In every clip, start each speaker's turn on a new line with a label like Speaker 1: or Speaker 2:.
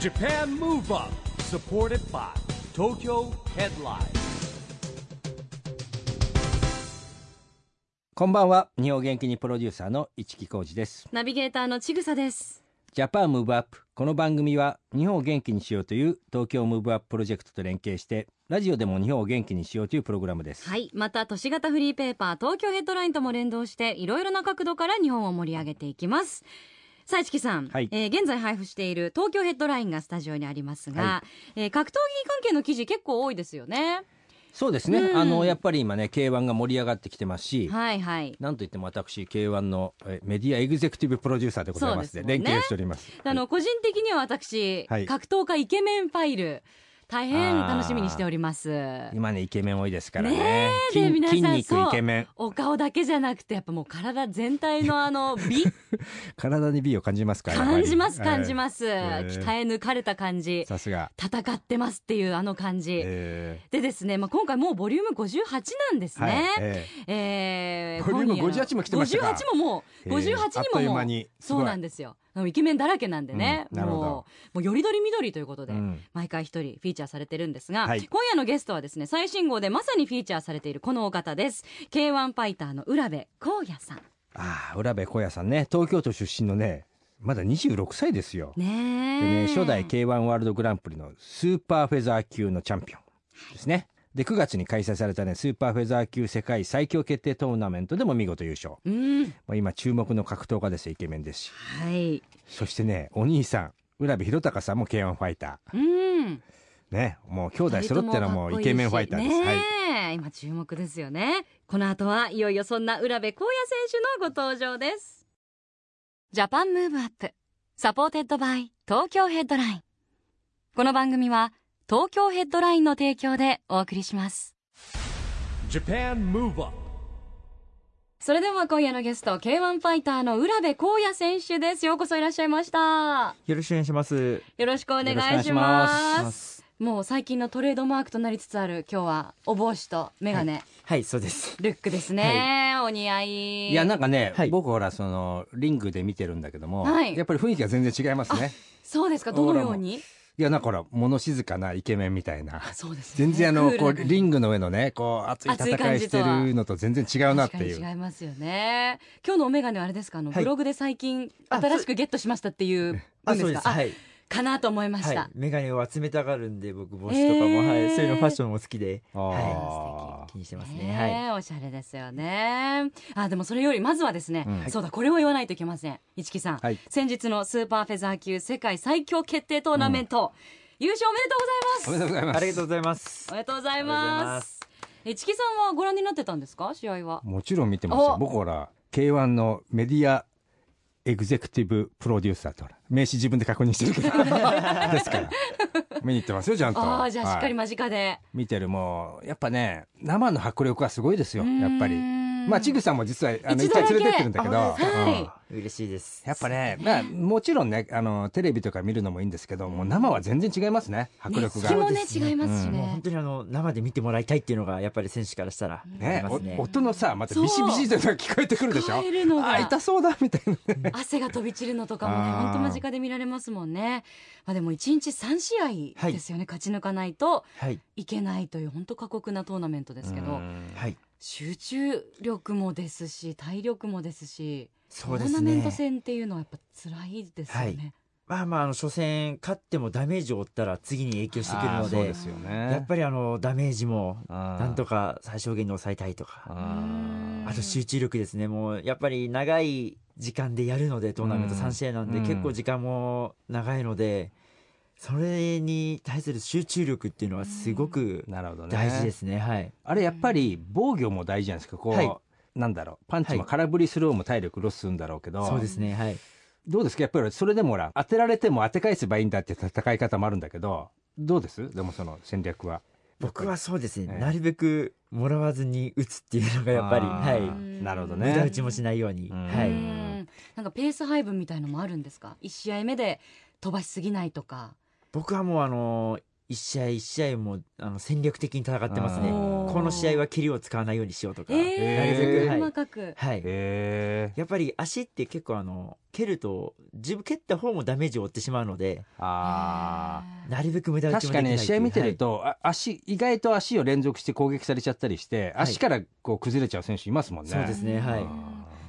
Speaker 1: Japan Move Up supported by Tokyo Headline
Speaker 2: こんばんは日本元気にプロデューサーの市木浩司です
Speaker 3: ナビゲーターのちぐさです。
Speaker 2: ジャパンムーブアップこの番組は日本を元気にしようという東京ムーブアッププロジェクトと連携してラジオでも日本を元気にしようというプログラムです、
Speaker 3: はい。また、都市型フリーペーパー、東京ヘッドラインとも連動して、いろいろな角度から日本を盛り上げていきます。さあ、市木さん、
Speaker 2: はい
Speaker 3: えー現在配布している東京ヘッドラインがスタジオにありますが、
Speaker 2: は
Speaker 3: えー格闘技関係の記事結構多いですよね。
Speaker 2: そうですね、
Speaker 3: うん
Speaker 2: あのやっぱり今ね K1 が盛り上がってきてますし、
Speaker 3: はいはい。
Speaker 2: なんといっても私 K1 のえメディアエグゼクティブプロデューサーでございます
Speaker 3: そう
Speaker 2: で連
Speaker 3: ですもんね
Speaker 2: 携しております
Speaker 3: あの、個人的には私、
Speaker 2: はい
Speaker 3: 格闘家イケメンファイル、大変楽しみにしております。
Speaker 2: 今ねイケメン多いですからね
Speaker 3: ねえで
Speaker 2: 筋
Speaker 3: 皆さん
Speaker 2: 筋肉
Speaker 3: そう
Speaker 2: イケメン
Speaker 3: お顔だけじゃなくて、やっぱもう体全体の あの、美
Speaker 2: 体に美を感じますから
Speaker 3: 感じます、感じます。
Speaker 2: えー
Speaker 3: 鍛え抜かれた感じ。
Speaker 2: さすが、
Speaker 3: 戦ってますっていうあの感じ。
Speaker 2: え
Speaker 3: でですね、まあ、今回もうボリューム58なんです
Speaker 2: ーはい
Speaker 3: ね。
Speaker 2: え
Speaker 3: え
Speaker 2: ボリューム
Speaker 3: 今夜の
Speaker 2: 58も来てましたか
Speaker 3: 58ももう、
Speaker 2: えー
Speaker 3: 58
Speaker 2: あっと
Speaker 3: に
Speaker 2: いう
Speaker 3: もも
Speaker 2: 間
Speaker 3: う
Speaker 2: にすごい
Speaker 3: そうなんですよ。イケメンだらけなんでね、
Speaker 2: うんなるほど
Speaker 3: もう、もうよりどりみどりということ
Speaker 2: ー
Speaker 3: で、
Speaker 2: うん
Speaker 3: 毎回一人フィーチャーされてるんですが、
Speaker 2: はい
Speaker 3: 今夜のゲストはですね、最新号でまさにフィーチャーされているこのお方です。K1 ファイターの浦部光也さん。
Speaker 2: ああ、浦部小也さんね、東京都出身のね、まだ26歳ですよ。で
Speaker 3: ね
Speaker 2: ね、
Speaker 3: え。
Speaker 2: 初代 K1 ワールドグランプリのスーパーフェザー級のチャンピオンですね。で、9月に開催されたね、スーパーフェザー級世界最強決定トーナメントでも見事優勝。
Speaker 3: うん。
Speaker 2: まあ、今注目の格闘家ですよ、イケメンですし。
Speaker 3: はい。
Speaker 2: そしてね、お兄さん、浦部弘隆さんも K1 ファイタ
Speaker 3: うん。
Speaker 2: ー。ね、もう兄弟揃ってのもうイケメンファイターです。
Speaker 3: ね
Speaker 2: はい。
Speaker 3: え、今注目ですよね。この後はいよいよそんな浦部光也選手のご登場です。ジャパンムーブアップサポーテッドバイ東京ヘッドライン。この番組は東京ヘッドラインの提供でお送りします。
Speaker 1: Japan Move Up
Speaker 3: それでは今夜のゲスト K1 ファイターの浦部光也選手です。ようこそいらっしゃいました。
Speaker 4: よろしくお願いします。
Speaker 3: よろしくお願いします。もう最近のトレードマークとなりつつある今日はお帽子とメガネ。
Speaker 4: はい、そうです。
Speaker 3: ルックですね、お似合い
Speaker 2: いや、なんかね、
Speaker 4: はい
Speaker 2: 僕ほら、その、リングで見てるんだけども、
Speaker 3: はい
Speaker 2: やっぱり雰囲気が全然違いますね。
Speaker 3: そうですかどのように
Speaker 2: いや、なんかほら、物静かなイケメンみたいな。
Speaker 3: そうですね
Speaker 2: 全然あの、
Speaker 3: クール
Speaker 2: こう、
Speaker 3: な
Speaker 2: リングの上のね、こう、熱い
Speaker 3: 熱い
Speaker 2: 戦
Speaker 3: 感
Speaker 2: い
Speaker 3: じ
Speaker 2: し
Speaker 3: と
Speaker 2: て
Speaker 3: は
Speaker 2: るのと全然違うなってい
Speaker 3: 確
Speaker 2: う。
Speaker 3: かに違いますよね今日のお眼鏡はあれですかあの、
Speaker 4: はい
Speaker 3: ブログで最近
Speaker 4: あ
Speaker 3: 新しくゲットしましたっていう
Speaker 4: あ、
Speaker 3: 分で
Speaker 4: そう
Speaker 3: す
Speaker 4: で
Speaker 3: か
Speaker 4: す。はい。
Speaker 3: かなと思いまし
Speaker 4: はい。
Speaker 3: た、
Speaker 4: メガネを集めたがるんで、僕帽子とかも、
Speaker 3: えー
Speaker 4: はい、そういうのファッションも好きで。
Speaker 2: あ
Speaker 4: は
Speaker 2: ー
Speaker 4: い。気にしてますね。はい。
Speaker 3: ねえおしゃれですよねあでもそれよりまずはですね、
Speaker 2: うん
Speaker 3: そうだこれを言わないといけません一木さん、
Speaker 2: はい
Speaker 3: 先日のスーパーフェザー級世界最強決定トーナメント、優勝おめでとうご
Speaker 2: おめ
Speaker 3: ざ
Speaker 2: でとう
Speaker 3: います
Speaker 2: ございま
Speaker 4: あり
Speaker 2: す。
Speaker 4: がとうございます
Speaker 3: お。めでとうござい
Speaker 4: ありがとうござい
Speaker 3: ま
Speaker 4: ますす
Speaker 3: 一木さんはご覧になってたんですか試合は
Speaker 2: もちろん見てますよ
Speaker 3: お。
Speaker 2: 僕ほら、K1 のメディアエグゼクティブプロデューサーとほら、名刺自分で確認してるけど。 ですから。見に行ってますよ、ちゃんと。
Speaker 3: ああじゃあしっかり
Speaker 2: はい
Speaker 3: 間近で、
Speaker 2: 見てる、もう、やっぱね、生の迫力はすごいですよ、やっぱり
Speaker 3: うー。ん
Speaker 2: まあ、ちぐさんも実は、あの、一
Speaker 3: 一度だ
Speaker 2: 回
Speaker 3: け
Speaker 2: 連れてってるんだけど。
Speaker 4: あ本当です
Speaker 3: か
Speaker 2: うん
Speaker 3: はい
Speaker 4: 嬉しいです。
Speaker 2: やっぱね、まあ、もちろんね、あの、テレビとか見るのもいいんですけど、もう生は全然違いますね、迫力が。
Speaker 3: 熱気もね
Speaker 4: そうです
Speaker 3: 違いますしね、
Speaker 4: もう本当にあの生で見てもらいたいっていうのがやっぱり選手からしたらあり
Speaker 2: ね
Speaker 4: ますね
Speaker 2: お、音のさ、また
Speaker 3: そう
Speaker 2: ビシビシというのが聞こえてくるでしょ。
Speaker 3: 聞こえるのが
Speaker 2: あ、痛そうだ、みたいな。
Speaker 3: 汗が飛び散るのとかもね
Speaker 2: あー
Speaker 3: 本当間近で見られますもんね、まあ、でも1日3試合ですよね、勝ち抜かないと
Speaker 4: はい
Speaker 3: いけないという本当過酷なトーナメントですけど
Speaker 4: はい
Speaker 3: 集中力もですし体力もですし
Speaker 4: そうで
Speaker 3: トー
Speaker 4: す
Speaker 3: ナメント
Speaker 4: ね
Speaker 3: 戦っていうのはやっぱ辛いですよね、
Speaker 4: まあまああの初戦勝ってもダメージを負ったら次に影響してくる
Speaker 2: あー
Speaker 4: の
Speaker 2: そう
Speaker 4: で
Speaker 2: ですよね。
Speaker 4: やっぱりあのダメージも
Speaker 2: あー
Speaker 4: なんとか最小限に抑えたいとか
Speaker 3: うん
Speaker 4: あと集中力ですね、もうやっぱり長い時間でやるので、トーナメント
Speaker 2: うん
Speaker 4: 3試合なんで、
Speaker 2: うん
Speaker 4: 結構時間も長いので、それに対する集中力っていうのはすごく
Speaker 2: なるほどね。
Speaker 4: 大事ですね、はい。
Speaker 2: あれ、やっぱり防御も大事じゃないですか、こう。
Speaker 4: はい
Speaker 2: なんだろうパンチも
Speaker 4: はい
Speaker 2: 空振りスローも体力ロスするんだろうけど、
Speaker 4: そうですね、はい。
Speaker 2: どうですかやっぱりそれでもほら当てられても当て返せばいいんだって戦い方もあるんだけどどうですでもその戦略は
Speaker 4: 僕はそうです
Speaker 2: え
Speaker 4: ね、
Speaker 2: え
Speaker 4: なるべくもらわずに打つっていうのがやっぱり、
Speaker 2: あ
Speaker 4: は
Speaker 2: ー
Speaker 4: い。
Speaker 2: なるほど
Speaker 4: 無駄打
Speaker 2: ね
Speaker 4: ちもしないように、
Speaker 2: うん
Speaker 4: は
Speaker 3: う
Speaker 4: い。
Speaker 3: んなんかペース配分みたいのもあるんですか1試合目で飛ばしすぎないとか
Speaker 4: 僕はもうあの一試合一試合もあの戦略的に戦ってますね
Speaker 2: あー
Speaker 4: この試合は蹴りを使わないようにしようとか、
Speaker 3: え
Speaker 2: えー
Speaker 3: ー、細かく。
Speaker 4: はい、
Speaker 2: へえ
Speaker 4: やっぱり足って結構あの蹴ると自分蹴った方もダメージを負ってしまうので
Speaker 2: あー
Speaker 4: なるべく無駄打ち
Speaker 2: 確
Speaker 4: も
Speaker 2: か
Speaker 4: できない
Speaker 2: ね
Speaker 4: っていう
Speaker 2: 試合見てる
Speaker 4: は
Speaker 2: と、あ足意外と足を連続して攻撃されちゃったりして、
Speaker 4: はい
Speaker 2: 足からこう崩れちゃう選手いますもん
Speaker 4: い
Speaker 2: ね
Speaker 4: そうですねはい
Speaker 3: うん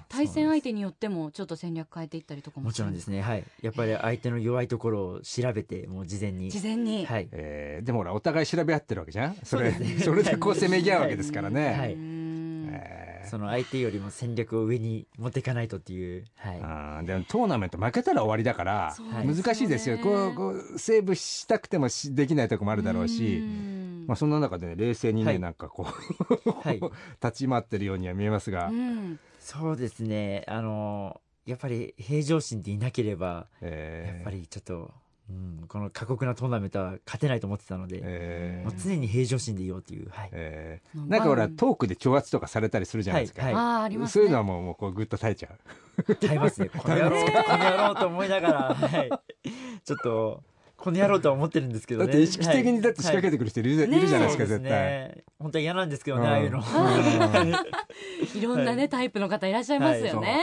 Speaker 3: 対戦相手によってもちょっと戦略変えていったりとかも
Speaker 4: もちろんですすねはいやっぱり相手の弱いところを調べてもう事前に
Speaker 3: 事前に、
Speaker 4: はい
Speaker 2: えーでもほらお互い調べ合ってるわけじゃんそれ
Speaker 4: そ
Speaker 2: そ,、
Speaker 4: うですね
Speaker 2: れでこう攻めぎ合うわけですからね、
Speaker 4: はい
Speaker 3: うん
Speaker 2: え
Speaker 4: その相手よりも戦略を上に持っていかないとっていうはい
Speaker 2: ーあーでもトーナメント負けたら終わりだから
Speaker 3: そう
Speaker 4: はい
Speaker 3: ね
Speaker 2: 難しいですよ、こうこうセーブしたくてもしできないとこもあるだろうし、
Speaker 3: ん
Speaker 2: まあ、そんな中で、ね、冷静にね、
Speaker 4: はい
Speaker 2: なんかこう、
Speaker 4: はい
Speaker 2: 立ち回ってるようには見えますが、
Speaker 3: うん
Speaker 4: そうですねあのやっぱり平常心でいなければ
Speaker 2: え
Speaker 4: や
Speaker 2: ー
Speaker 4: っぱりちょっと、うん、この過酷なトーナメントは勝てないと思ってたので、
Speaker 2: え
Speaker 4: もう
Speaker 2: ー
Speaker 4: 常に平常心でいようという、はい、
Speaker 2: えーなんかほらトークで挑発とかされたりするじゃないですか、
Speaker 4: はい
Speaker 3: あああります、
Speaker 2: そ
Speaker 3: ね、
Speaker 2: ういうのはもうもうこうぐっと耐えちゃう。
Speaker 4: 耐えます ねこの野郎この野郎と思いながら、はい、ちょっとこの野郎とは思ってるんですけど
Speaker 2: だ
Speaker 4: ね
Speaker 2: って意識的にだって仕掛けてくる人いる,、い
Speaker 3: ねえ
Speaker 2: るじゃない
Speaker 4: は
Speaker 2: ですか、
Speaker 4: そう
Speaker 2: 絶対。
Speaker 4: ね、本当は嫌なんですけど
Speaker 2: う
Speaker 4: ね
Speaker 2: ん
Speaker 4: ああいうの、
Speaker 3: いろんなね、
Speaker 4: はい
Speaker 3: タイプの方いらっしゃいますよね。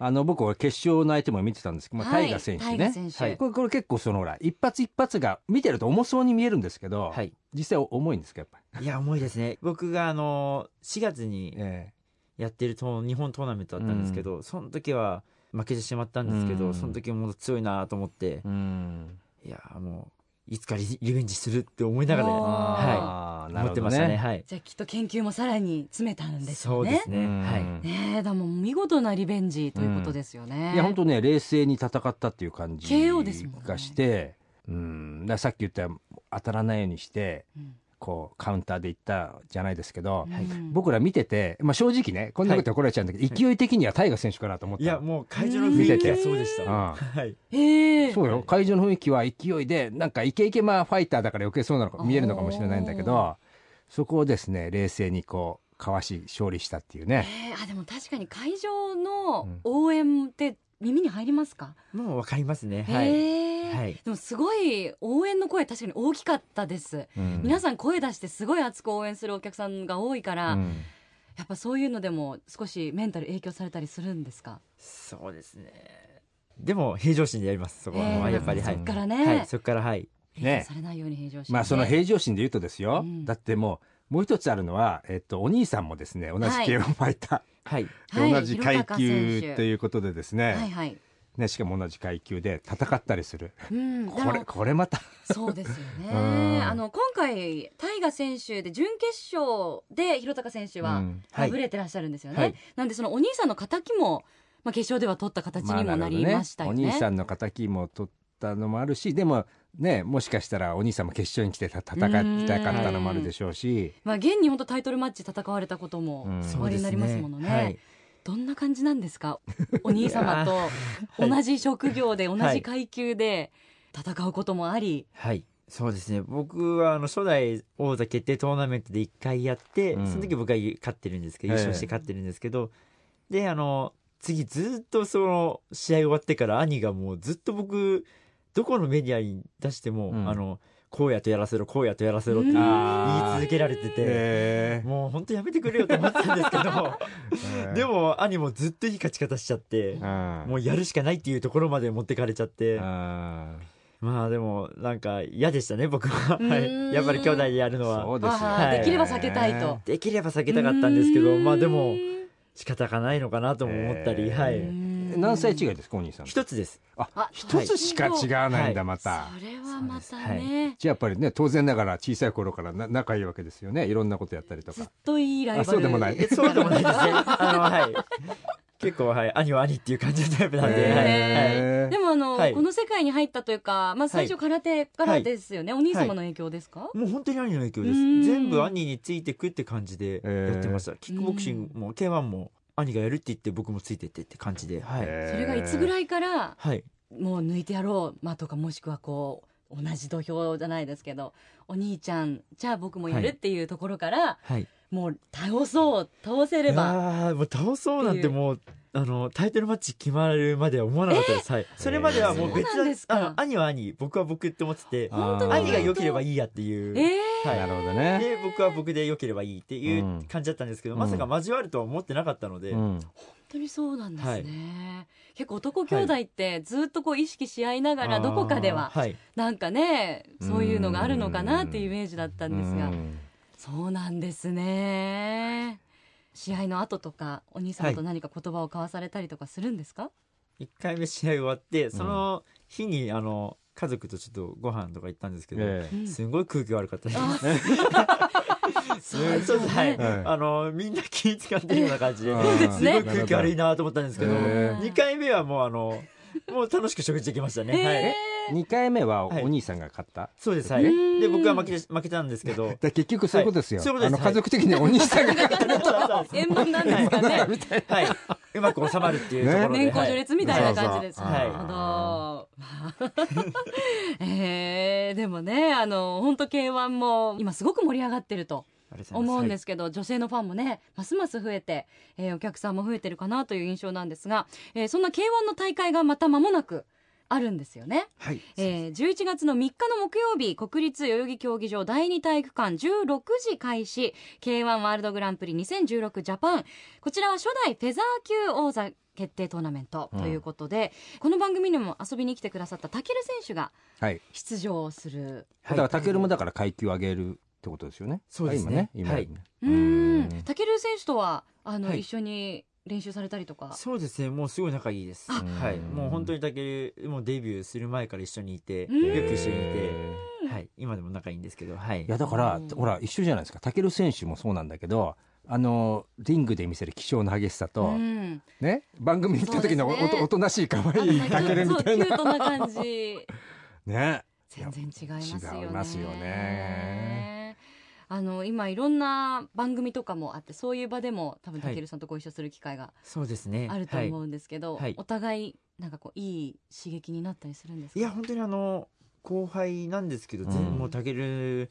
Speaker 2: あの僕は決勝の相手も見てたんですけど、まあ、
Speaker 3: は
Speaker 2: タ
Speaker 3: い
Speaker 2: イガ選手
Speaker 3: タイ
Speaker 2: ね
Speaker 3: ガ。選手
Speaker 2: はいこれこれ結構そのほら一発一発が見てると重そうに見えるんですけど、
Speaker 4: はい
Speaker 2: 実際重いんですかやっぱり。
Speaker 4: いや重いですね僕があの4月に
Speaker 2: え
Speaker 4: やってると日本トーナメントだったんですけど、その時は負けてしまったんですけど、
Speaker 2: うん
Speaker 4: その時も強いなと思って
Speaker 2: え、うん
Speaker 4: いやもういつかリリベンジするって思いながら、
Speaker 3: おー
Speaker 4: は
Speaker 2: あー
Speaker 4: い、
Speaker 2: な
Speaker 4: 思っ
Speaker 2: るほ
Speaker 4: て
Speaker 2: ど
Speaker 4: ましたね。はい
Speaker 3: じゃあきっと研究もさらに詰めたんです
Speaker 4: そ
Speaker 3: よ
Speaker 4: うで
Speaker 3: ね
Speaker 4: す。ね、
Speaker 2: うん
Speaker 4: はい
Speaker 3: ねえ、だもん見事なリベンジということですよね。
Speaker 2: いや本当ね冷静に戦ったっていう感じ
Speaker 3: KO ですもんね
Speaker 2: がして、うん、だからさっき言った当たらないようにして
Speaker 3: うん
Speaker 2: こうカウンターでいったじゃないですけど、
Speaker 4: はい
Speaker 3: うん
Speaker 2: 僕ら見てて、まあ、正直ねこんなこと怒られちゃうんだけど、勢い的にはタイガ選手かなと思った
Speaker 4: い
Speaker 2: の
Speaker 4: やもう会場の雰囲気
Speaker 2: 見て
Speaker 4: が
Speaker 2: て
Speaker 4: そうでした、
Speaker 2: うん
Speaker 4: はい
Speaker 3: ええ
Speaker 2: そうよ会場の雰囲気は勢いでなんかイケイケまあファイターだから余計そうなのか見えるのかもしれないんだけどそこをですね冷静にこうかわし勝利したっていうね。
Speaker 3: ええあでも確かに会場の応援って耳に入りますか。
Speaker 4: もうわかりますねはい、
Speaker 3: ええ
Speaker 4: はい
Speaker 3: でもすごい応援の声確かに大きかったです。
Speaker 2: うん
Speaker 3: 皆さん声出してすごい熱く応援するお客さんが多いから、
Speaker 2: うん
Speaker 3: やっぱそういうのでも少しメンタル影響されたりするんですか。
Speaker 4: そうですねでも平常心でやりますそこは、
Speaker 3: ええ
Speaker 4: まあやっぱりはい
Speaker 3: そっからね。
Speaker 4: はい、そこからはい
Speaker 3: 影響されないように平常心で
Speaker 2: まあその平常心で言うとですよ、
Speaker 3: うん
Speaker 2: だってもうもう一つあるのは、えっと、お兄さんもですね同じ
Speaker 3: はい
Speaker 2: KO ファイタ
Speaker 4: はい
Speaker 2: ー、
Speaker 3: はい
Speaker 2: 同じ階級と
Speaker 3: う、
Speaker 2: いうことでですね,、
Speaker 3: はいはい
Speaker 2: ねしかも同じ階級で戦ったりする
Speaker 3: うん、だ
Speaker 2: こ
Speaker 3: か
Speaker 2: れ
Speaker 3: ら
Speaker 2: これまた
Speaker 3: そうですよ
Speaker 2: う
Speaker 3: ね
Speaker 2: ん
Speaker 3: あの今回大河選手で準決勝で弘隆選手
Speaker 2: う
Speaker 3: は
Speaker 2: ん
Speaker 4: はい
Speaker 3: 敗れてらっしゃるんですよね、
Speaker 4: はい
Speaker 3: なんでそのお兄さんの敵も、まあ、決勝では取った形にもなりましたよね,、
Speaker 2: あなるほどお兄さんの敵も取ったのもあるしでもねもしかしたらお兄さんも決勝に来てた戦いたかったのもあるでしょうし
Speaker 3: まあ、現に本当タイトルマッチ戦われたことも
Speaker 2: うん
Speaker 3: 終わりになりますものね,、
Speaker 4: はい
Speaker 3: どんな感じなんで すかお兄様と
Speaker 4: いやー
Speaker 3: 同じ職業で同
Speaker 4: は
Speaker 3: じ
Speaker 4: い
Speaker 3: 階級で戦うこともあり、
Speaker 4: はい。そうですね。僕はあの初代王座決定トーナメントで一回やって、
Speaker 2: うん
Speaker 4: その時僕は勝ってるんですけど、
Speaker 2: ええ
Speaker 4: 優勝して勝ってるんですけど、で、あの、次ずっとその試合終わってから兄がもうずっと僕、どこのメディアに出しても、
Speaker 2: うん
Speaker 4: あの、こうやとやらせろ、こうやとやらせろって
Speaker 3: うん
Speaker 4: 言い
Speaker 2: あー
Speaker 4: 続けられてて、
Speaker 2: へー
Speaker 4: もう本当やめてくれよと思ってたんですけ ど、でも兄もずっといい勝ち方しちゃって、
Speaker 2: うん
Speaker 4: もうやるしかないっていうところまで持ってかれちゃって、
Speaker 2: うん
Speaker 4: まあでもなんか嫌でしたね僕は、
Speaker 3: うん
Speaker 4: はい、やっぱり兄弟でやるの
Speaker 2: そ
Speaker 4: は
Speaker 2: うですよね、
Speaker 3: あ
Speaker 4: ーできれ
Speaker 3: ば避けたいと
Speaker 4: できれば避けたかったんですけどまあでも
Speaker 3: うん
Speaker 4: 仕方がないのかなとも思ったり、は
Speaker 2: え
Speaker 4: い
Speaker 2: 何歳違いですかお兄さん
Speaker 4: 一つです
Speaker 2: あ
Speaker 3: あ
Speaker 2: 一つしか違わないんだ、
Speaker 4: はい
Speaker 2: また、
Speaker 3: それはまた
Speaker 4: そうです
Speaker 3: ね、
Speaker 2: じゃあやっぱりね当然ながら小さい頃からな仲いいわけですよねいろんなことやったりと
Speaker 3: ずっ
Speaker 2: か
Speaker 3: といいライバル
Speaker 2: あそうでもない
Speaker 4: えそうでもないですね あのはい結構はい兄は兄っていう感じのタイプなんで、はいはい
Speaker 2: へー
Speaker 3: でもあの、
Speaker 4: はい
Speaker 3: この世界に入ったというか、まあ、最初空手からですよね、お兄様の影響ですか、
Speaker 4: もう本当に兄の影響です
Speaker 3: うん
Speaker 4: 全部兄についてくって感じでやってました、キックボクシングも K1 も兄がやるって言って僕もついてってって感じではい、
Speaker 2: へー
Speaker 3: それがいつぐらいから
Speaker 4: はい
Speaker 3: もう抜いてやろう、まあ、とかもしくはこう同じ土俵じゃないですけどお兄ちゃんじゃあ僕もやるっていうところから、
Speaker 4: はい
Speaker 3: もう倒そう倒せ
Speaker 4: い
Speaker 3: れ
Speaker 4: や
Speaker 3: ば
Speaker 4: ーもう倒そうなん
Speaker 3: って
Speaker 4: て
Speaker 3: いう
Speaker 4: もうあのタイトルマッチ決まるまでは思わなかったです、はい、それまではもう別
Speaker 3: そうなんです
Speaker 4: だ
Speaker 3: か
Speaker 4: あの兄は兄僕は僕って思ってて
Speaker 2: あー
Speaker 3: 本当に
Speaker 4: 兄が良ければいいやっていう、
Speaker 3: え
Speaker 4: はい、
Speaker 2: なるほどね。
Speaker 4: で僕は僕で良ければいいってい
Speaker 2: うん
Speaker 4: う感じだったんですけど、
Speaker 2: うん
Speaker 4: まさか交わるとは思ってなかったので、
Speaker 2: うん、
Speaker 3: 本当にそうなんですね、
Speaker 4: はい
Speaker 3: 結構男兄弟ってずっとこう意識し合いながらどこかでは
Speaker 4: はい
Speaker 3: なんかねそういうのがあるのかなっていうイメージだったんですが
Speaker 2: うん
Speaker 3: そうなんですね試合の後とかお兄様と何か言葉を交わされたりとかするんですか、
Speaker 4: 1回目試合終わってその日にあの家族とちょっとご飯とか行ったんですけど、
Speaker 2: え
Speaker 3: うん
Speaker 4: すごい空気悪かったです。
Speaker 3: あ
Speaker 4: そうですねはい、
Speaker 2: はい
Speaker 4: あのみんな気使ってるような感じで、
Speaker 2: ええ
Speaker 3: そうですね
Speaker 4: すごい空気悪いなと思ったんですけど、
Speaker 2: え
Speaker 3: え
Speaker 4: 二回目はもうあのもう楽しく食事できましたね。はい。
Speaker 2: え二回目はお
Speaker 4: はい
Speaker 2: 兄さんが勝った。
Speaker 4: そうです。はい。
Speaker 3: うん
Speaker 4: で僕は負け負けたんですけど。
Speaker 2: だ結局そういうことですよ。
Speaker 4: はいそういうこと
Speaker 2: あ
Speaker 4: です
Speaker 2: の家族的にはお兄さんが勝っ
Speaker 3: 円満なんですかね
Speaker 4: はい。うまく収まるっていうところで。。
Speaker 3: 年功序列みたいな
Speaker 2: そうそう
Speaker 3: 感じです。
Speaker 2: はい
Speaker 3: なるほど。 えーでもね、あの、本当 K1 も今すごく盛り上がってると思うんですすけど、女性のファンもね、ますます増えて、えーお客さんも増えてるかなという印象なんですが、えーそんな K1 の大会がまた間もなくあるんですよね。
Speaker 4: はい。
Speaker 3: えー、11月の3日の木曜日国立代々木競技場第2体育館16時開始 k 1ワールドグランプリ2016ジャパンこちらは初代フェザー級王座決定トーナメントということで、この番組にも遊びに来てくださったタケル選手が
Speaker 2: た。はい。
Speaker 3: 出場する
Speaker 2: だからタケルもだから階級上げるってことですよね。
Speaker 4: そうですね
Speaker 2: 今ね。
Speaker 4: は
Speaker 2: 今
Speaker 4: い
Speaker 3: うん
Speaker 2: うん
Speaker 3: タケル選手とはあの、
Speaker 4: はい
Speaker 3: 一緒に練習されたりとか
Speaker 4: そうですね。もうすごい仲いいです。
Speaker 3: あ
Speaker 4: はい。もう本当にだけもうデビューする前から一緒にいて、よ
Speaker 3: うん
Speaker 4: く一緒にいて、
Speaker 2: え
Speaker 4: はい。今でも仲いいんですけど、はい
Speaker 2: ーい。やだから
Speaker 3: うん
Speaker 2: ほら一緒じゃないですか。タケル選手もそうなんだけど。あのリングで見せる気性の激しさと、
Speaker 3: うん
Speaker 2: ね番組に行った時のお,、
Speaker 3: そうですね
Speaker 2: おとなしい可
Speaker 3: あの
Speaker 2: 愛いタケルみたいな
Speaker 3: そうキュートな感じ
Speaker 2: ね
Speaker 3: 全然違いますよね。
Speaker 2: 違いますよね
Speaker 3: あの今いろんな番組とかもあってそういう場でも多分
Speaker 4: は
Speaker 3: た
Speaker 4: い
Speaker 3: けるさんとご一緒する機会が
Speaker 4: そうですね。
Speaker 3: あると
Speaker 4: はい
Speaker 3: 思うんですけど、
Speaker 4: はいはい
Speaker 3: お互いなんかこういい刺激になったりするんですか
Speaker 4: いや本当にあの後輩なんですけど、全
Speaker 2: うん
Speaker 4: もうたける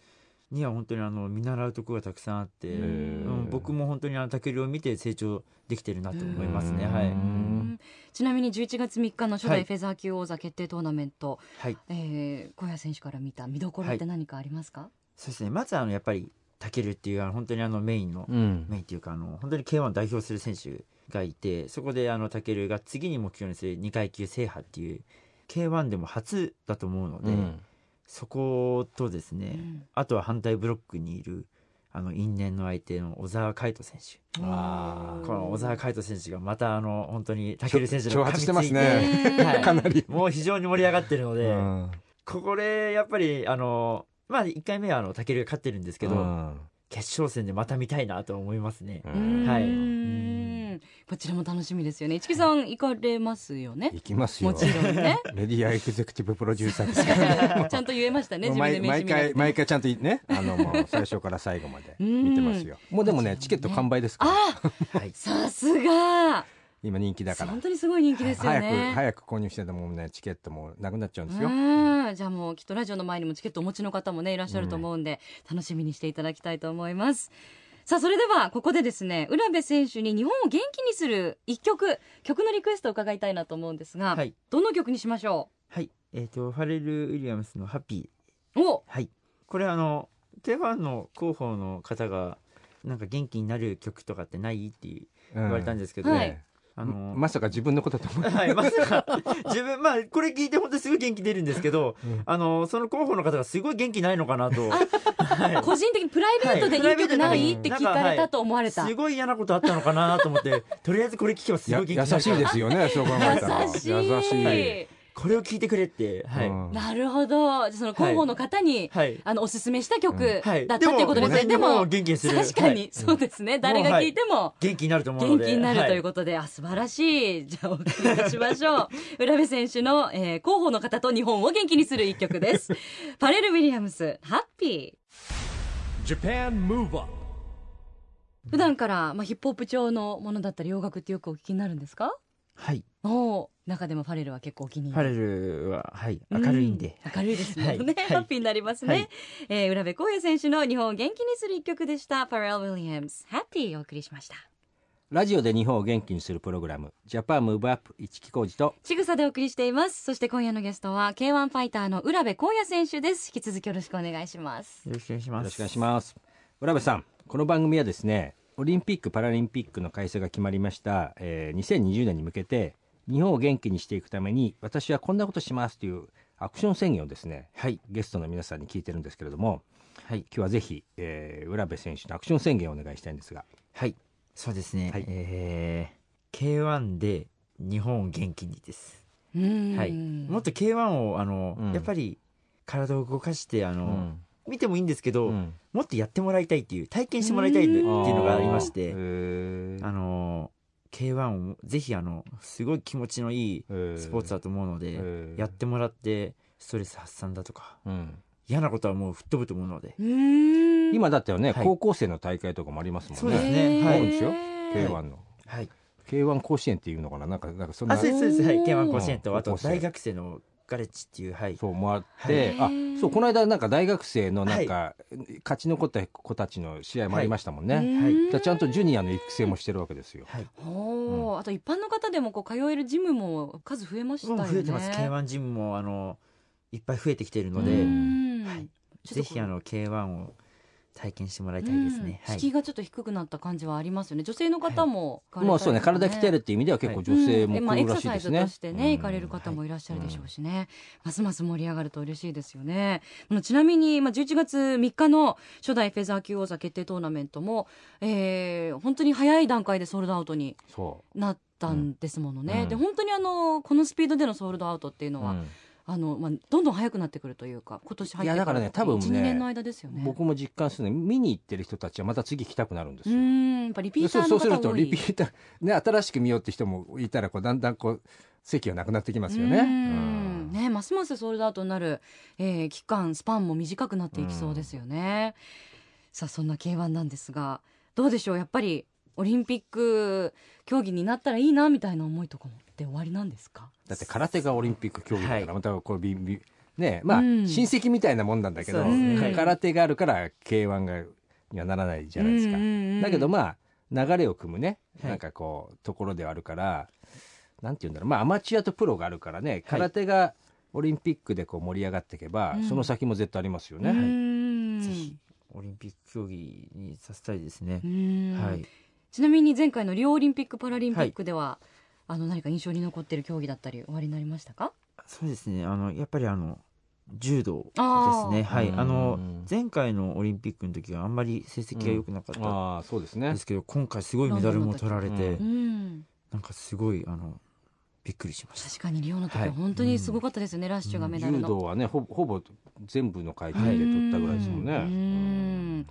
Speaker 4: には本当にあの見習うところがたくさんあって、
Speaker 3: へー
Speaker 4: うん僕も本当にあのたけるを見て成長できてるなと思いますね。
Speaker 2: うん
Speaker 4: は
Speaker 2: う
Speaker 4: い
Speaker 2: ん
Speaker 3: ちなみに11月3日の初
Speaker 4: は
Speaker 3: 代
Speaker 4: い
Speaker 3: フェザー級王座決定トーナメント、
Speaker 4: はい。
Speaker 3: えー、小谷選手から見た見どころって何かありますか、
Speaker 4: そうですね。まずあのやっぱりたけるっていうあの本当にあのメインの、
Speaker 2: うん
Speaker 4: メインっていうかあの本当に K1 を代表する選手がいて、そこであのたけるが次に目標にする2階級制覇っていう K1 でも初だと思うので、
Speaker 2: うん
Speaker 4: そことですね。
Speaker 3: うん
Speaker 4: あとは反対ブロックにいるあの因縁の相手の小沢海斗選手
Speaker 2: あ
Speaker 4: この小沢海斗選手がまたあの本当に武尊選手の
Speaker 2: 挑発して
Speaker 4: 噛
Speaker 2: ま
Speaker 4: みつい
Speaker 2: すね
Speaker 3: うん
Speaker 4: はい
Speaker 2: かなり、
Speaker 4: もう非常に盛り上がってるので、
Speaker 2: うん
Speaker 4: ここでやっぱりあのまあ1回目はあの武尊が勝ってるんですけど、
Speaker 2: うん
Speaker 4: 決勝戦でまた見たいなと思いますね、
Speaker 2: うん
Speaker 4: はいう
Speaker 3: ーんこちらも楽しみですよね市木さん行かれますよね
Speaker 2: 行きます
Speaker 3: も
Speaker 2: よ
Speaker 3: ちろんね
Speaker 2: メディアエグゼクティブプロデューサー ですから
Speaker 3: ちゃんと言えましたね
Speaker 2: もう
Speaker 3: 自分で
Speaker 2: 毎
Speaker 3: 名
Speaker 2: 毎
Speaker 3: 刺見なく
Speaker 2: 回
Speaker 3: ても
Speaker 2: 毎回ちゃんといねあのもう最初から最後まで見てますよもうでもねチケット完売ですから
Speaker 3: あ
Speaker 4: はい、
Speaker 3: さすが
Speaker 2: 今人気だから
Speaker 3: 本当にすごい人気ですよね、
Speaker 2: 早く早く購入しててもねチケットもなくなっちゃうんですよ
Speaker 3: うんじゃあもうきっとラジオの前にもチケットお持ちの方もねいらっしゃると思うんで、楽しみにしていただきたいと思いますさあそれではここでですね浦部選手に日本を元気にする一曲曲のリクエストを伺いたいなと思うんですが、
Speaker 4: はい
Speaker 3: どの曲にしましょ
Speaker 4: はい、えっ、とファレル・ウィリアムスの「ハッピー」
Speaker 3: うお
Speaker 4: はい。これあの、テファンの広報の方が、なんか元気になる曲とかってないっていう言われたんですけど、
Speaker 3: うんはい
Speaker 4: あの、
Speaker 2: まさか自分のことだと思う
Speaker 4: はい、まさか、自分、まあ、これ聞いて本当にすごい元気出るんですけど、あの、その広報の方がすごい元気ないのかなと、はい
Speaker 3: 個人的にプライベートでいい
Speaker 4: はい
Speaker 3: 曲ない、って聞かれたと思われた、
Speaker 4: すごい嫌なことあったのかなと思って、とりあえずこれ聞けば す
Speaker 2: や
Speaker 4: ごい元気にな
Speaker 2: 優
Speaker 4: るから
Speaker 2: しいです よねそう考えたら
Speaker 3: 優しい
Speaker 2: 優し
Speaker 4: これを聞いてくれって、
Speaker 2: い
Speaker 4: はい。
Speaker 2: うん
Speaker 3: なるほどじゃあその広報の方に、
Speaker 4: はい。
Speaker 3: あのおすすめした曲
Speaker 4: はい
Speaker 3: だったっていうことですね、
Speaker 4: でも日
Speaker 3: で
Speaker 4: 本
Speaker 3: も
Speaker 4: を元気にする
Speaker 3: 確かに、
Speaker 4: はい
Speaker 3: そうですね誰が聞いても
Speaker 4: 元気になると思うの
Speaker 3: 元
Speaker 4: で。
Speaker 3: 気になるという
Speaker 4: こ
Speaker 3: ことで、あ素晴らしいじゃあお送りいたしましょう 浦部選手の、えー、広報の方と日本を元気にする一曲です パレル・ウィリアムス「ハッピー」
Speaker 1: Japan Move Up
Speaker 3: 普段から、まあ、ヒップホップ調のものだったり洋楽ってよくお聞きになるんですか
Speaker 4: はい。
Speaker 3: おー中でもファレルは結構お気に
Speaker 4: ファ
Speaker 3: 入り。
Speaker 4: レルは、はい、明るいんで。
Speaker 3: うん明るいですね。
Speaker 4: はい
Speaker 3: ね、
Speaker 4: はい
Speaker 3: ハッピーになりますね。
Speaker 4: はい
Speaker 3: えー、浦部光也選手の日本を元気にする一曲でした。ファレル・ウィリアムズ、ハッピーお送りしました。
Speaker 2: ラジオで日本を元気にするプログラム、ジャパンムーブアップ一木工事と、
Speaker 3: ちぐさでお送りしています。そして今夜のゲストは K1 ファイターの浦部光也選手です。引き続きよろしくお願いします。
Speaker 4: よろしくお願いします。
Speaker 2: よろしくお願いします。浦部さん、この番組はですね、オリンピック・パラリンピックの開催が決まりました、えー2020年に向けて、日本を元気にしていくために、私はこんなことしますというアクション宣言をですね、
Speaker 4: はい、
Speaker 2: ゲストの皆さんに聞いてるんですけれども、
Speaker 4: はい、
Speaker 2: 今日はぜひ、えー、浦部選手のアクション宣言をお願いしたいんですが、
Speaker 4: はい。そうですね。
Speaker 2: はい
Speaker 4: えー、K1 で日本を元気にです。
Speaker 3: うーん
Speaker 4: はい。もっと K1 を、あの、
Speaker 2: うん
Speaker 4: やっぱり体を動かして、あ
Speaker 2: う
Speaker 4: の、見てもいいんですけど、
Speaker 2: うん
Speaker 4: もっとやってもらいたいっていう、体験してもらいたいっていうのがありまし
Speaker 2: へ
Speaker 4: て、
Speaker 2: ー
Speaker 4: あの、K1 をぜひ、あの、すごい気持ちのいいスポーツだと思うので、
Speaker 2: へー
Speaker 4: やってもらって、ストレス発散だとか、
Speaker 2: うん
Speaker 4: 嫌なことはもう吹っ飛ぶと思うので、
Speaker 3: うーん
Speaker 2: 今だったらね、
Speaker 4: はい
Speaker 2: 高校生の大会とかもありますもん
Speaker 4: そうです
Speaker 2: ね
Speaker 4: ねはい
Speaker 2: あるんですよ
Speaker 3: へ
Speaker 2: K1
Speaker 3: ー
Speaker 2: の、
Speaker 4: はい。
Speaker 2: K1 甲子園っていうのかななんかなんかそん
Speaker 4: あ、
Speaker 2: な
Speaker 4: そうです、そうです。はい。ケマン甲子園
Speaker 2: うん
Speaker 4: と、あと
Speaker 2: 高校生
Speaker 4: 大学生のガレッジっていう、はい。
Speaker 2: そうもあって、
Speaker 3: はい
Speaker 2: あそうこの間なんか大学生のなんか、勝ち残った子たちの試合もありましたもんね、
Speaker 3: うーん
Speaker 4: はい
Speaker 2: だからちゃんとジュニアの育成もしてるわけですよ、
Speaker 4: はい。
Speaker 3: ほうあと一般の方でもこう通えるジムも数増えましたよ
Speaker 4: も
Speaker 3: ね。
Speaker 4: う増えてます。K1 ジムも、あの、いっぱい増えてきているの
Speaker 3: う
Speaker 4: で、
Speaker 3: ん
Speaker 4: はい
Speaker 3: ちょっと
Speaker 4: ぜひ、あの、K1 を体験してもらいたいですね。
Speaker 3: うん
Speaker 4: はい。
Speaker 3: 敷居がちょっと低くなった感じはありますよね。女性の方も行かれたりとかね、
Speaker 2: まあそうね体鍛えるっていう意味では結構女性も
Speaker 3: うんえまあ
Speaker 2: 来
Speaker 3: エ
Speaker 2: る
Speaker 3: ク
Speaker 2: ら
Speaker 3: サ
Speaker 2: しい
Speaker 3: サイ
Speaker 2: です
Speaker 3: ズ
Speaker 2: ね,、
Speaker 3: としてね、行かれる方もいらっしゃるでしょうしね、ますます盛り上がると嬉しいですよね。あのちなみに、まあ、11月3日の初代フェザー級王座決定トーナメントも、えー本当に早い段階でソールドアウトに
Speaker 2: そ
Speaker 3: なったんですものね。
Speaker 2: うん
Speaker 3: で本当にあのこのスピードでのソールドアウトっていう
Speaker 2: う、
Speaker 3: のは、
Speaker 2: うん
Speaker 3: あのまあ、どんどん早くなってくるというか今年入って
Speaker 2: いやだからね多分ね
Speaker 3: 12年の間ですよね。
Speaker 2: 僕も実感するの見に行ってる人たちはまた次来たくなるんで
Speaker 3: う
Speaker 2: すよ。
Speaker 3: ーんやっぱリピータ
Speaker 2: そう
Speaker 3: ー
Speaker 2: そ
Speaker 3: の
Speaker 2: うする
Speaker 3: 方
Speaker 2: と
Speaker 3: 多
Speaker 2: リピ
Speaker 3: い
Speaker 2: ーター、ね、新しく見ようって人もいたらこうだんだんこう席がなくなってきますよね。
Speaker 3: う
Speaker 2: うんん
Speaker 3: ねますますソールドアウトになる、えー期間スパンも短くなっていきそうですよね。さあそんな K1 なんですがどうでしょうやっぱりオリンピック競技になったらいいなみたいな思いとかもって終わりなんですか
Speaker 2: だって空手がオリンピック競技だから
Speaker 4: はい
Speaker 2: またこうビンビンねまあ
Speaker 3: うん
Speaker 2: 親戚みたいなもんなんだけど、
Speaker 4: そうです
Speaker 3: ね
Speaker 2: か空手があるから K1 がにはならないじ
Speaker 3: じ
Speaker 2: ゃないですか。だけど
Speaker 3: ま
Speaker 2: まあ流れを組むね、
Speaker 4: はい
Speaker 2: なんかこうところではあるからなんて言うんだろうまあアマチュアとプロがあるからね
Speaker 4: はい
Speaker 2: 空手がオリンピックでこう盛り上がっていけば、
Speaker 3: うん
Speaker 2: その先も絶対ありますよ
Speaker 3: う
Speaker 2: ね。
Speaker 3: ん
Speaker 4: ぜひ、オリンピック競技にさせたいですね
Speaker 3: う。ん
Speaker 4: はい。
Speaker 3: ちなみに前回のリオオリンピック・パラリンピックでは、あの何か印象に残ってる競技だったり終わりになりましたか
Speaker 4: そうですね。あの、やっぱりあの、柔道です
Speaker 3: あー
Speaker 4: ね。はい。
Speaker 2: うん
Speaker 4: あの、前回のオリンピックの時はあんまり成績が良くなかった
Speaker 2: ああそうですね
Speaker 4: んですけど、今回すごいメダルも取られて
Speaker 3: う、ん
Speaker 4: なんかすごい、あの、びっくりしました。
Speaker 3: 確かにリオの時
Speaker 4: は
Speaker 3: はい本当にすごかったですよね、ラッシュがメダル
Speaker 2: 柔
Speaker 3: の。
Speaker 2: 道はねほぼほぼ全部の階級で取ったぐらいですもんね。
Speaker 3: う
Speaker 2: うんん
Speaker 3: や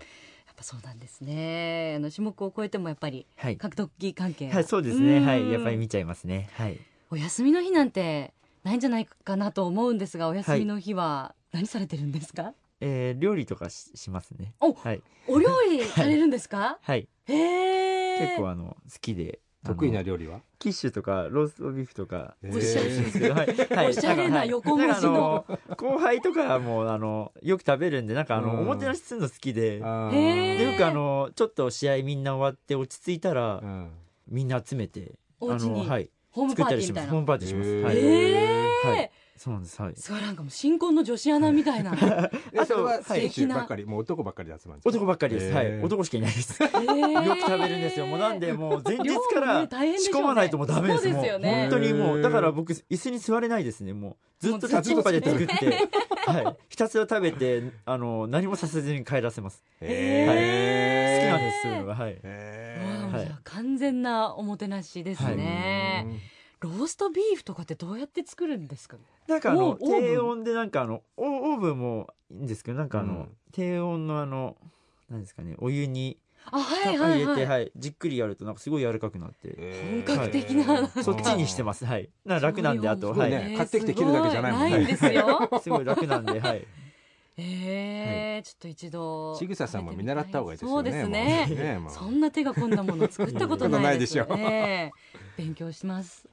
Speaker 3: っぱそうなんですね。あの種目を超えてもやっぱり
Speaker 4: はい。
Speaker 3: 格闘技関係、
Speaker 4: はい、そうですね。は
Speaker 3: うん
Speaker 4: い。やっぱり見ちゃいますね。はい。
Speaker 3: お休みの日なんてないんじゃないかなと思うんですが、お休みの日は何されてるんですか？
Speaker 4: えー、料理とかししますね。
Speaker 3: お
Speaker 4: はい。
Speaker 3: お料理されるんですか？
Speaker 4: はい。
Speaker 3: へえ。
Speaker 4: 結構あの、好きで。
Speaker 2: 得意
Speaker 4: あ
Speaker 2: な
Speaker 4: の
Speaker 2: 料理は
Speaker 4: キッシュとかローストビーフとか
Speaker 2: へー
Speaker 4: 美味しい美味しいんですけど、はいはい
Speaker 3: おしゃれな横文字の
Speaker 4: だからあの後輩とかもあのよく食べるんでなんかあの
Speaker 2: うん
Speaker 4: おもてなしするの好きで
Speaker 2: あー
Speaker 3: へ
Speaker 4: でよくあのちょっと試合みんな終わって落ち着いたら、
Speaker 2: うん
Speaker 4: みんな集めて
Speaker 3: お家に
Speaker 4: あのはい
Speaker 3: ホーム
Speaker 4: 作
Speaker 3: パ
Speaker 4: っ
Speaker 3: ー
Speaker 4: たり
Speaker 3: ティー
Speaker 4: し
Speaker 3: み
Speaker 4: ま
Speaker 3: た
Speaker 4: す
Speaker 3: いな。
Speaker 4: ホームパーティーします、
Speaker 2: へー
Speaker 4: はい
Speaker 3: ええ
Speaker 4: はい、そうなんですはい
Speaker 3: すごいなんかもう新婚の女子アナみたいな。
Speaker 2: え
Speaker 4: あと
Speaker 2: それは
Speaker 4: はい
Speaker 2: 選手ばっかり、もう男ばっかりで集まるんですか
Speaker 4: 男ばっかりです、
Speaker 2: へー
Speaker 4: はい男しかいないです
Speaker 3: えー
Speaker 4: よく食べるんですよもうなんでもう前日から
Speaker 3: 量もね大変でしょ
Speaker 4: 仕
Speaker 3: うね
Speaker 4: 込まないともうダメです
Speaker 3: そうですよね
Speaker 4: もう本当にも
Speaker 2: へ
Speaker 4: う
Speaker 2: ー
Speaker 4: だから僕椅子に座れないですねもうずっと立ちっぱで作って、 はい、ひたすら食べてあの何もさせずに帰らせます好き
Speaker 2: へー
Speaker 4: なんですそういうのがはい
Speaker 2: へ
Speaker 3: わあ
Speaker 4: はい
Speaker 3: じゃあ完全なおもてなしです
Speaker 2: ー
Speaker 3: ね、ローストビーフとかってどうやって作るんですか
Speaker 4: なんかあの
Speaker 3: オーオーブン
Speaker 4: 低温でなんかあのオオーブンもいいんですけどなんかあの、
Speaker 2: うん
Speaker 4: 低温のあの何ですかねお湯に
Speaker 3: あはいは
Speaker 4: 入
Speaker 3: い
Speaker 4: れ
Speaker 3: は
Speaker 4: て
Speaker 3: い
Speaker 4: はいじっくりやるとなんかすごい柔らかくなって
Speaker 2: へー
Speaker 4: 本格
Speaker 3: 的な
Speaker 2: はい
Speaker 4: そっちにしてますはいなんか楽なんであと
Speaker 2: すご
Speaker 4: はいい、
Speaker 2: ね買ってきて切るだけじゃないもんね
Speaker 3: ねないんです よ
Speaker 4: すごい楽なんで はい
Speaker 3: えー、ちょっと一度
Speaker 2: ちぐささんも見習った方がいいですよね。
Speaker 3: そうですね
Speaker 2: もうねもう
Speaker 3: そんな手が込んだものを作ったことないです
Speaker 2: そんなこと
Speaker 3: ええ勉強します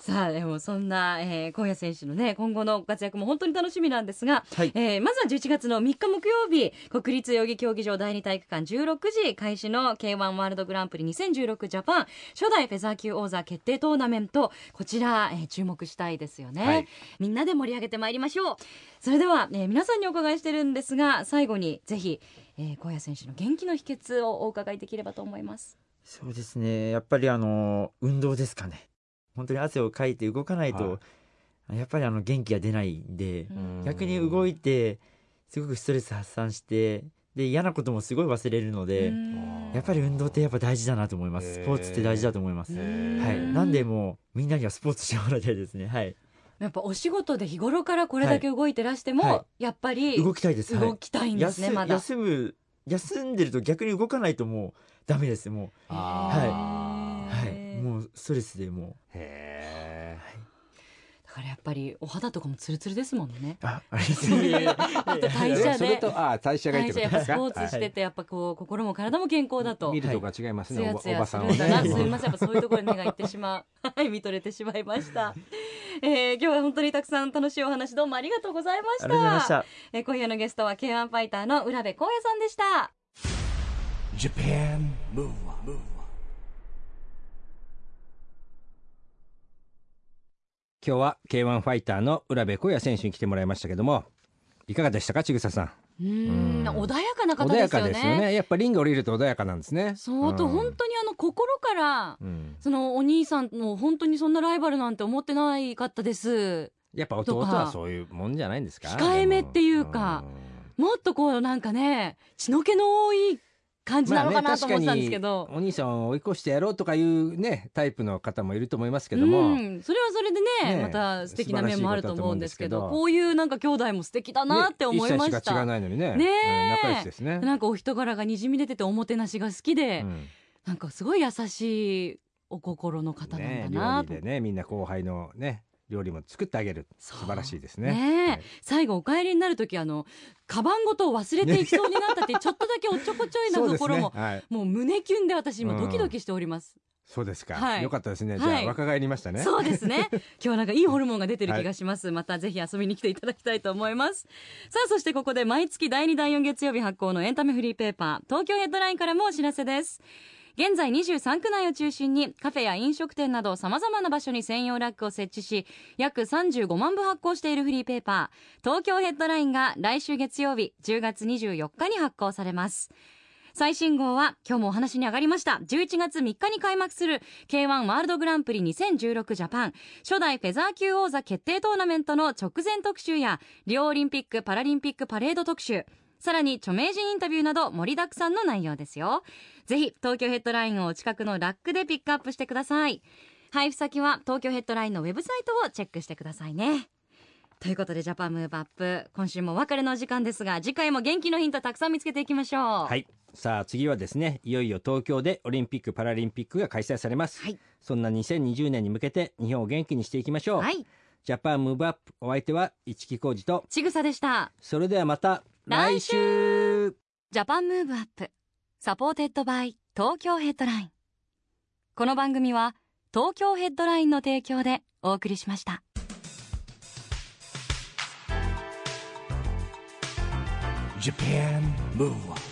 Speaker 3: さあでもそんな、えー、今夜選手のね今後のご活躍も本当に楽しみなんですが、
Speaker 4: はい
Speaker 3: えーまずは11月の3日木曜日国立代々木競技場第二体育館16時開始の k 1ワールドグランプリ2016ジャパン初代フェザー級王座決定トーナメントこちら、えー注目したいですよね、
Speaker 2: はい
Speaker 3: みんなで盛り上げてまいりましょうそれでは、えー皆さんにお伺いしてるんですが最後にぜひ、えー、高野選手の元気の秘訣をお伺いできればと思います
Speaker 4: そうですねやっぱりあの運動ですかね本当に汗をかいて動かないと、やっぱりあの元気が出ないんで、
Speaker 3: うん
Speaker 4: 逆に動いてすごくストレス発散してで嫌なこともすごい忘れるので、
Speaker 3: うん
Speaker 4: やっぱり運動ってやっぱ大事だなと思いますスポーツって大事だと思います、はい、なんでもうみんなにはスポーツしてもらいたいですねはい
Speaker 3: やっぱお仕事で日頃からこれだけ動いてらしても、
Speaker 4: は
Speaker 3: やっぱり
Speaker 4: 動きたいです、はい
Speaker 3: 動きたいんですね、
Speaker 4: 休
Speaker 3: まだ。
Speaker 4: 休む休んでると逆に動かないともうダメですもう、
Speaker 2: あ
Speaker 3: へ
Speaker 4: は
Speaker 3: ー
Speaker 4: い、もうストレスでも
Speaker 2: ーへ
Speaker 3: だからやっぱりお肌とかもツルツルですもんね。
Speaker 4: うああれですね
Speaker 3: あと代
Speaker 2: え
Speaker 3: 謝
Speaker 2: それ
Speaker 3: で、
Speaker 2: とあ代謝がいいってことで
Speaker 3: 代謝やっぱ
Speaker 2: す
Speaker 3: ス
Speaker 2: か
Speaker 3: ポーツしててやっぱこう心も体も健康だと
Speaker 2: 見。るとこが違います
Speaker 3: つ
Speaker 2: ね、
Speaker 3: や
Speaker 2: おば
Speaker 3: つ
Speaker 2: お
Speaker 3: や
Speaker 2: ば
Speaker 3: す
Speaker 2: さん
Speaker 3: る
Speaker 2: を
Speaker 3: んだな、
Speaker 4: おば
Speaker 3: す
Speaker 4: さんをね
Speaker 3: みません、やっぱそういうところに目が行ってしまう。 はい、見とれてしまいました。 えー、今日は本当にたくさん楽しいお話どうもありがとうございました。
Speaker 4: ありがとうございました
Speaker 3: えー今夜のゲストは K1 ファイターの浦部光也さんでした。
Speaker 1: Japan Move Up, Move Up.
Speaker 2: 今日は K1 ファイターの浦部小也選手に来てもらいましたけどもいかがでしたかちぐささん
Speaker 3: うーん、穏やかな方
Speaker 2: 穏
Speaker 3: で
Speaker 2: や
Speaker 3: すよ
Speaker 2: か
Speaker 3: ね。
Speaker 2: ですよねやっぱリング降りると穏やかなんですね
Speaker 3: そう、あと本当にあの心から、
Speaker 2: うん
Speaker 3: そのお兄さんも本当にそんなライバルなんて思ってないかったです。
Speaker 2: やっぱ弟
Speaker 3: と
Speaker 2: は
Speaker 3: か
Speaker 2: そういうもんじゃないんですか
Speaker 3: 控えめっていうかもっとこうなんかね、血の気の多い感
Speaker 2: うん
Speaker 3: じなのかなと思って
Speaker 2: ま
Speaker 3: た
Speaker 2: あ
Speaker 3: んで
Speaker 2: ね
Speaker 3: すけど。
Speaker 2: 確かにお兄さんを追い越してやろうとかいうねタイプの方もいると思いますけど
Speaker 3: う
Speaker 2: も、
Speaker 3: ん、それはそれでね
Speaker 2: ねえ
Speaker 3: また素敵な面もあると思うんですけど
Speaker 2: 素晴らしいことだと思うんですけど
Speaker 3: こういうなんか兄弟も素敵だなって思いま
Speaker 2: ね
Speaker 3: し
Speaker 2: 一切しが違
Speaker 3: た、
Speaker 2: いないのにね
Speaker 3: ね
Speaker 2: うん
Speaker 3: え
Speaker 2: 仲良しですね、
Speaker 3: なんかお人柄がにじみ出てておもてなしが好きで、
Speaker 2: うん
Speaker 3: なんかすごい優しいお心の方なんだな
Speaker 2: ね
Speaker 3: と
Speaker 2: 料理でねみんな後輩のね料理も作ってあげる
Speaker 3: そう
Speaker 2: 素晴らしいですね
Speaker 3: ねえ、
Speaker 2: はい
Speaker 3: 最後お帰りになる時あのカバンごと忘れていきそうになったっていうちょっとだけおっちょこちょい
Speaker 2: そうで
Speaker 3: なと
Speaker 2: す
Speaker 3: ころ
Speaker 2: ね
Speaker 3: も、
Speaker 2: はい
Speaker 3: もう胸キュンで私今ドキドキしております、
Speaker 2: そうですか、
Speaker 3: はい
Speaker 2: よかったですねじゃ
Speaker 3: は
Speaker 2: あ
Speaker 3: い
Speaker 2: 若返りましたね
Speaker 3: そうですね今日はなんかいいホルモンが出てる気がします、またぜひ遊びに来ていただきたいと思いますさあそしてここで毎月第2第4月曜日発行のエンタメフリーペーパー東京ヘッドラインからもお知らせです現在23区内を中心にカフェや飲食店など様々な場所に専用ラックを設置し約35万部発行しているフリーペーパー東京ヘッドラインが来週月曜日10月24日に発行されます最新号は今日もお話に上がりました11月3日に開幕する K1 ワールドグランプリ2016ジャパン初代フェザー級王座決定トーナメントの直前特集やリオオリンピック・パラリンピックパレード特集さらに著名人インタビューなど盛りだくさんの内容ですよぜひ東京ヘッドラインをお近くのラックでピックアップしてください配布先は東京ヘッドラインのウェブサイトをチェックしてくださいねということでジャパンムーブアップ今週もお別れのお時間ですが次回も元気のヒントたくさん見つけていきましょう
Speaker 2: は
Speaker 3: はい
Speaker 2: さあ次はですねいよいよ東京でオリンピック・パラリンピックが開催されます、
Speaker 3: はい
Speaker 2: そんな2020年に向けて日本を元気にしていきましょう、
Speaker 3: はい
Speaker 2: ジャパンムーブアップお相手は市木浩二と
Speaker 3: ちぐさでした
Speaker 2: それではまた
Speaker 3: 来
Speaker 2: 来週
Speaker 3: ジャパンムーブアップサポーテッドバイ東京ヘッドラインこの番組は東京ヘッドラインの提供でお送りしました
Speaker 1: Japan Move Up.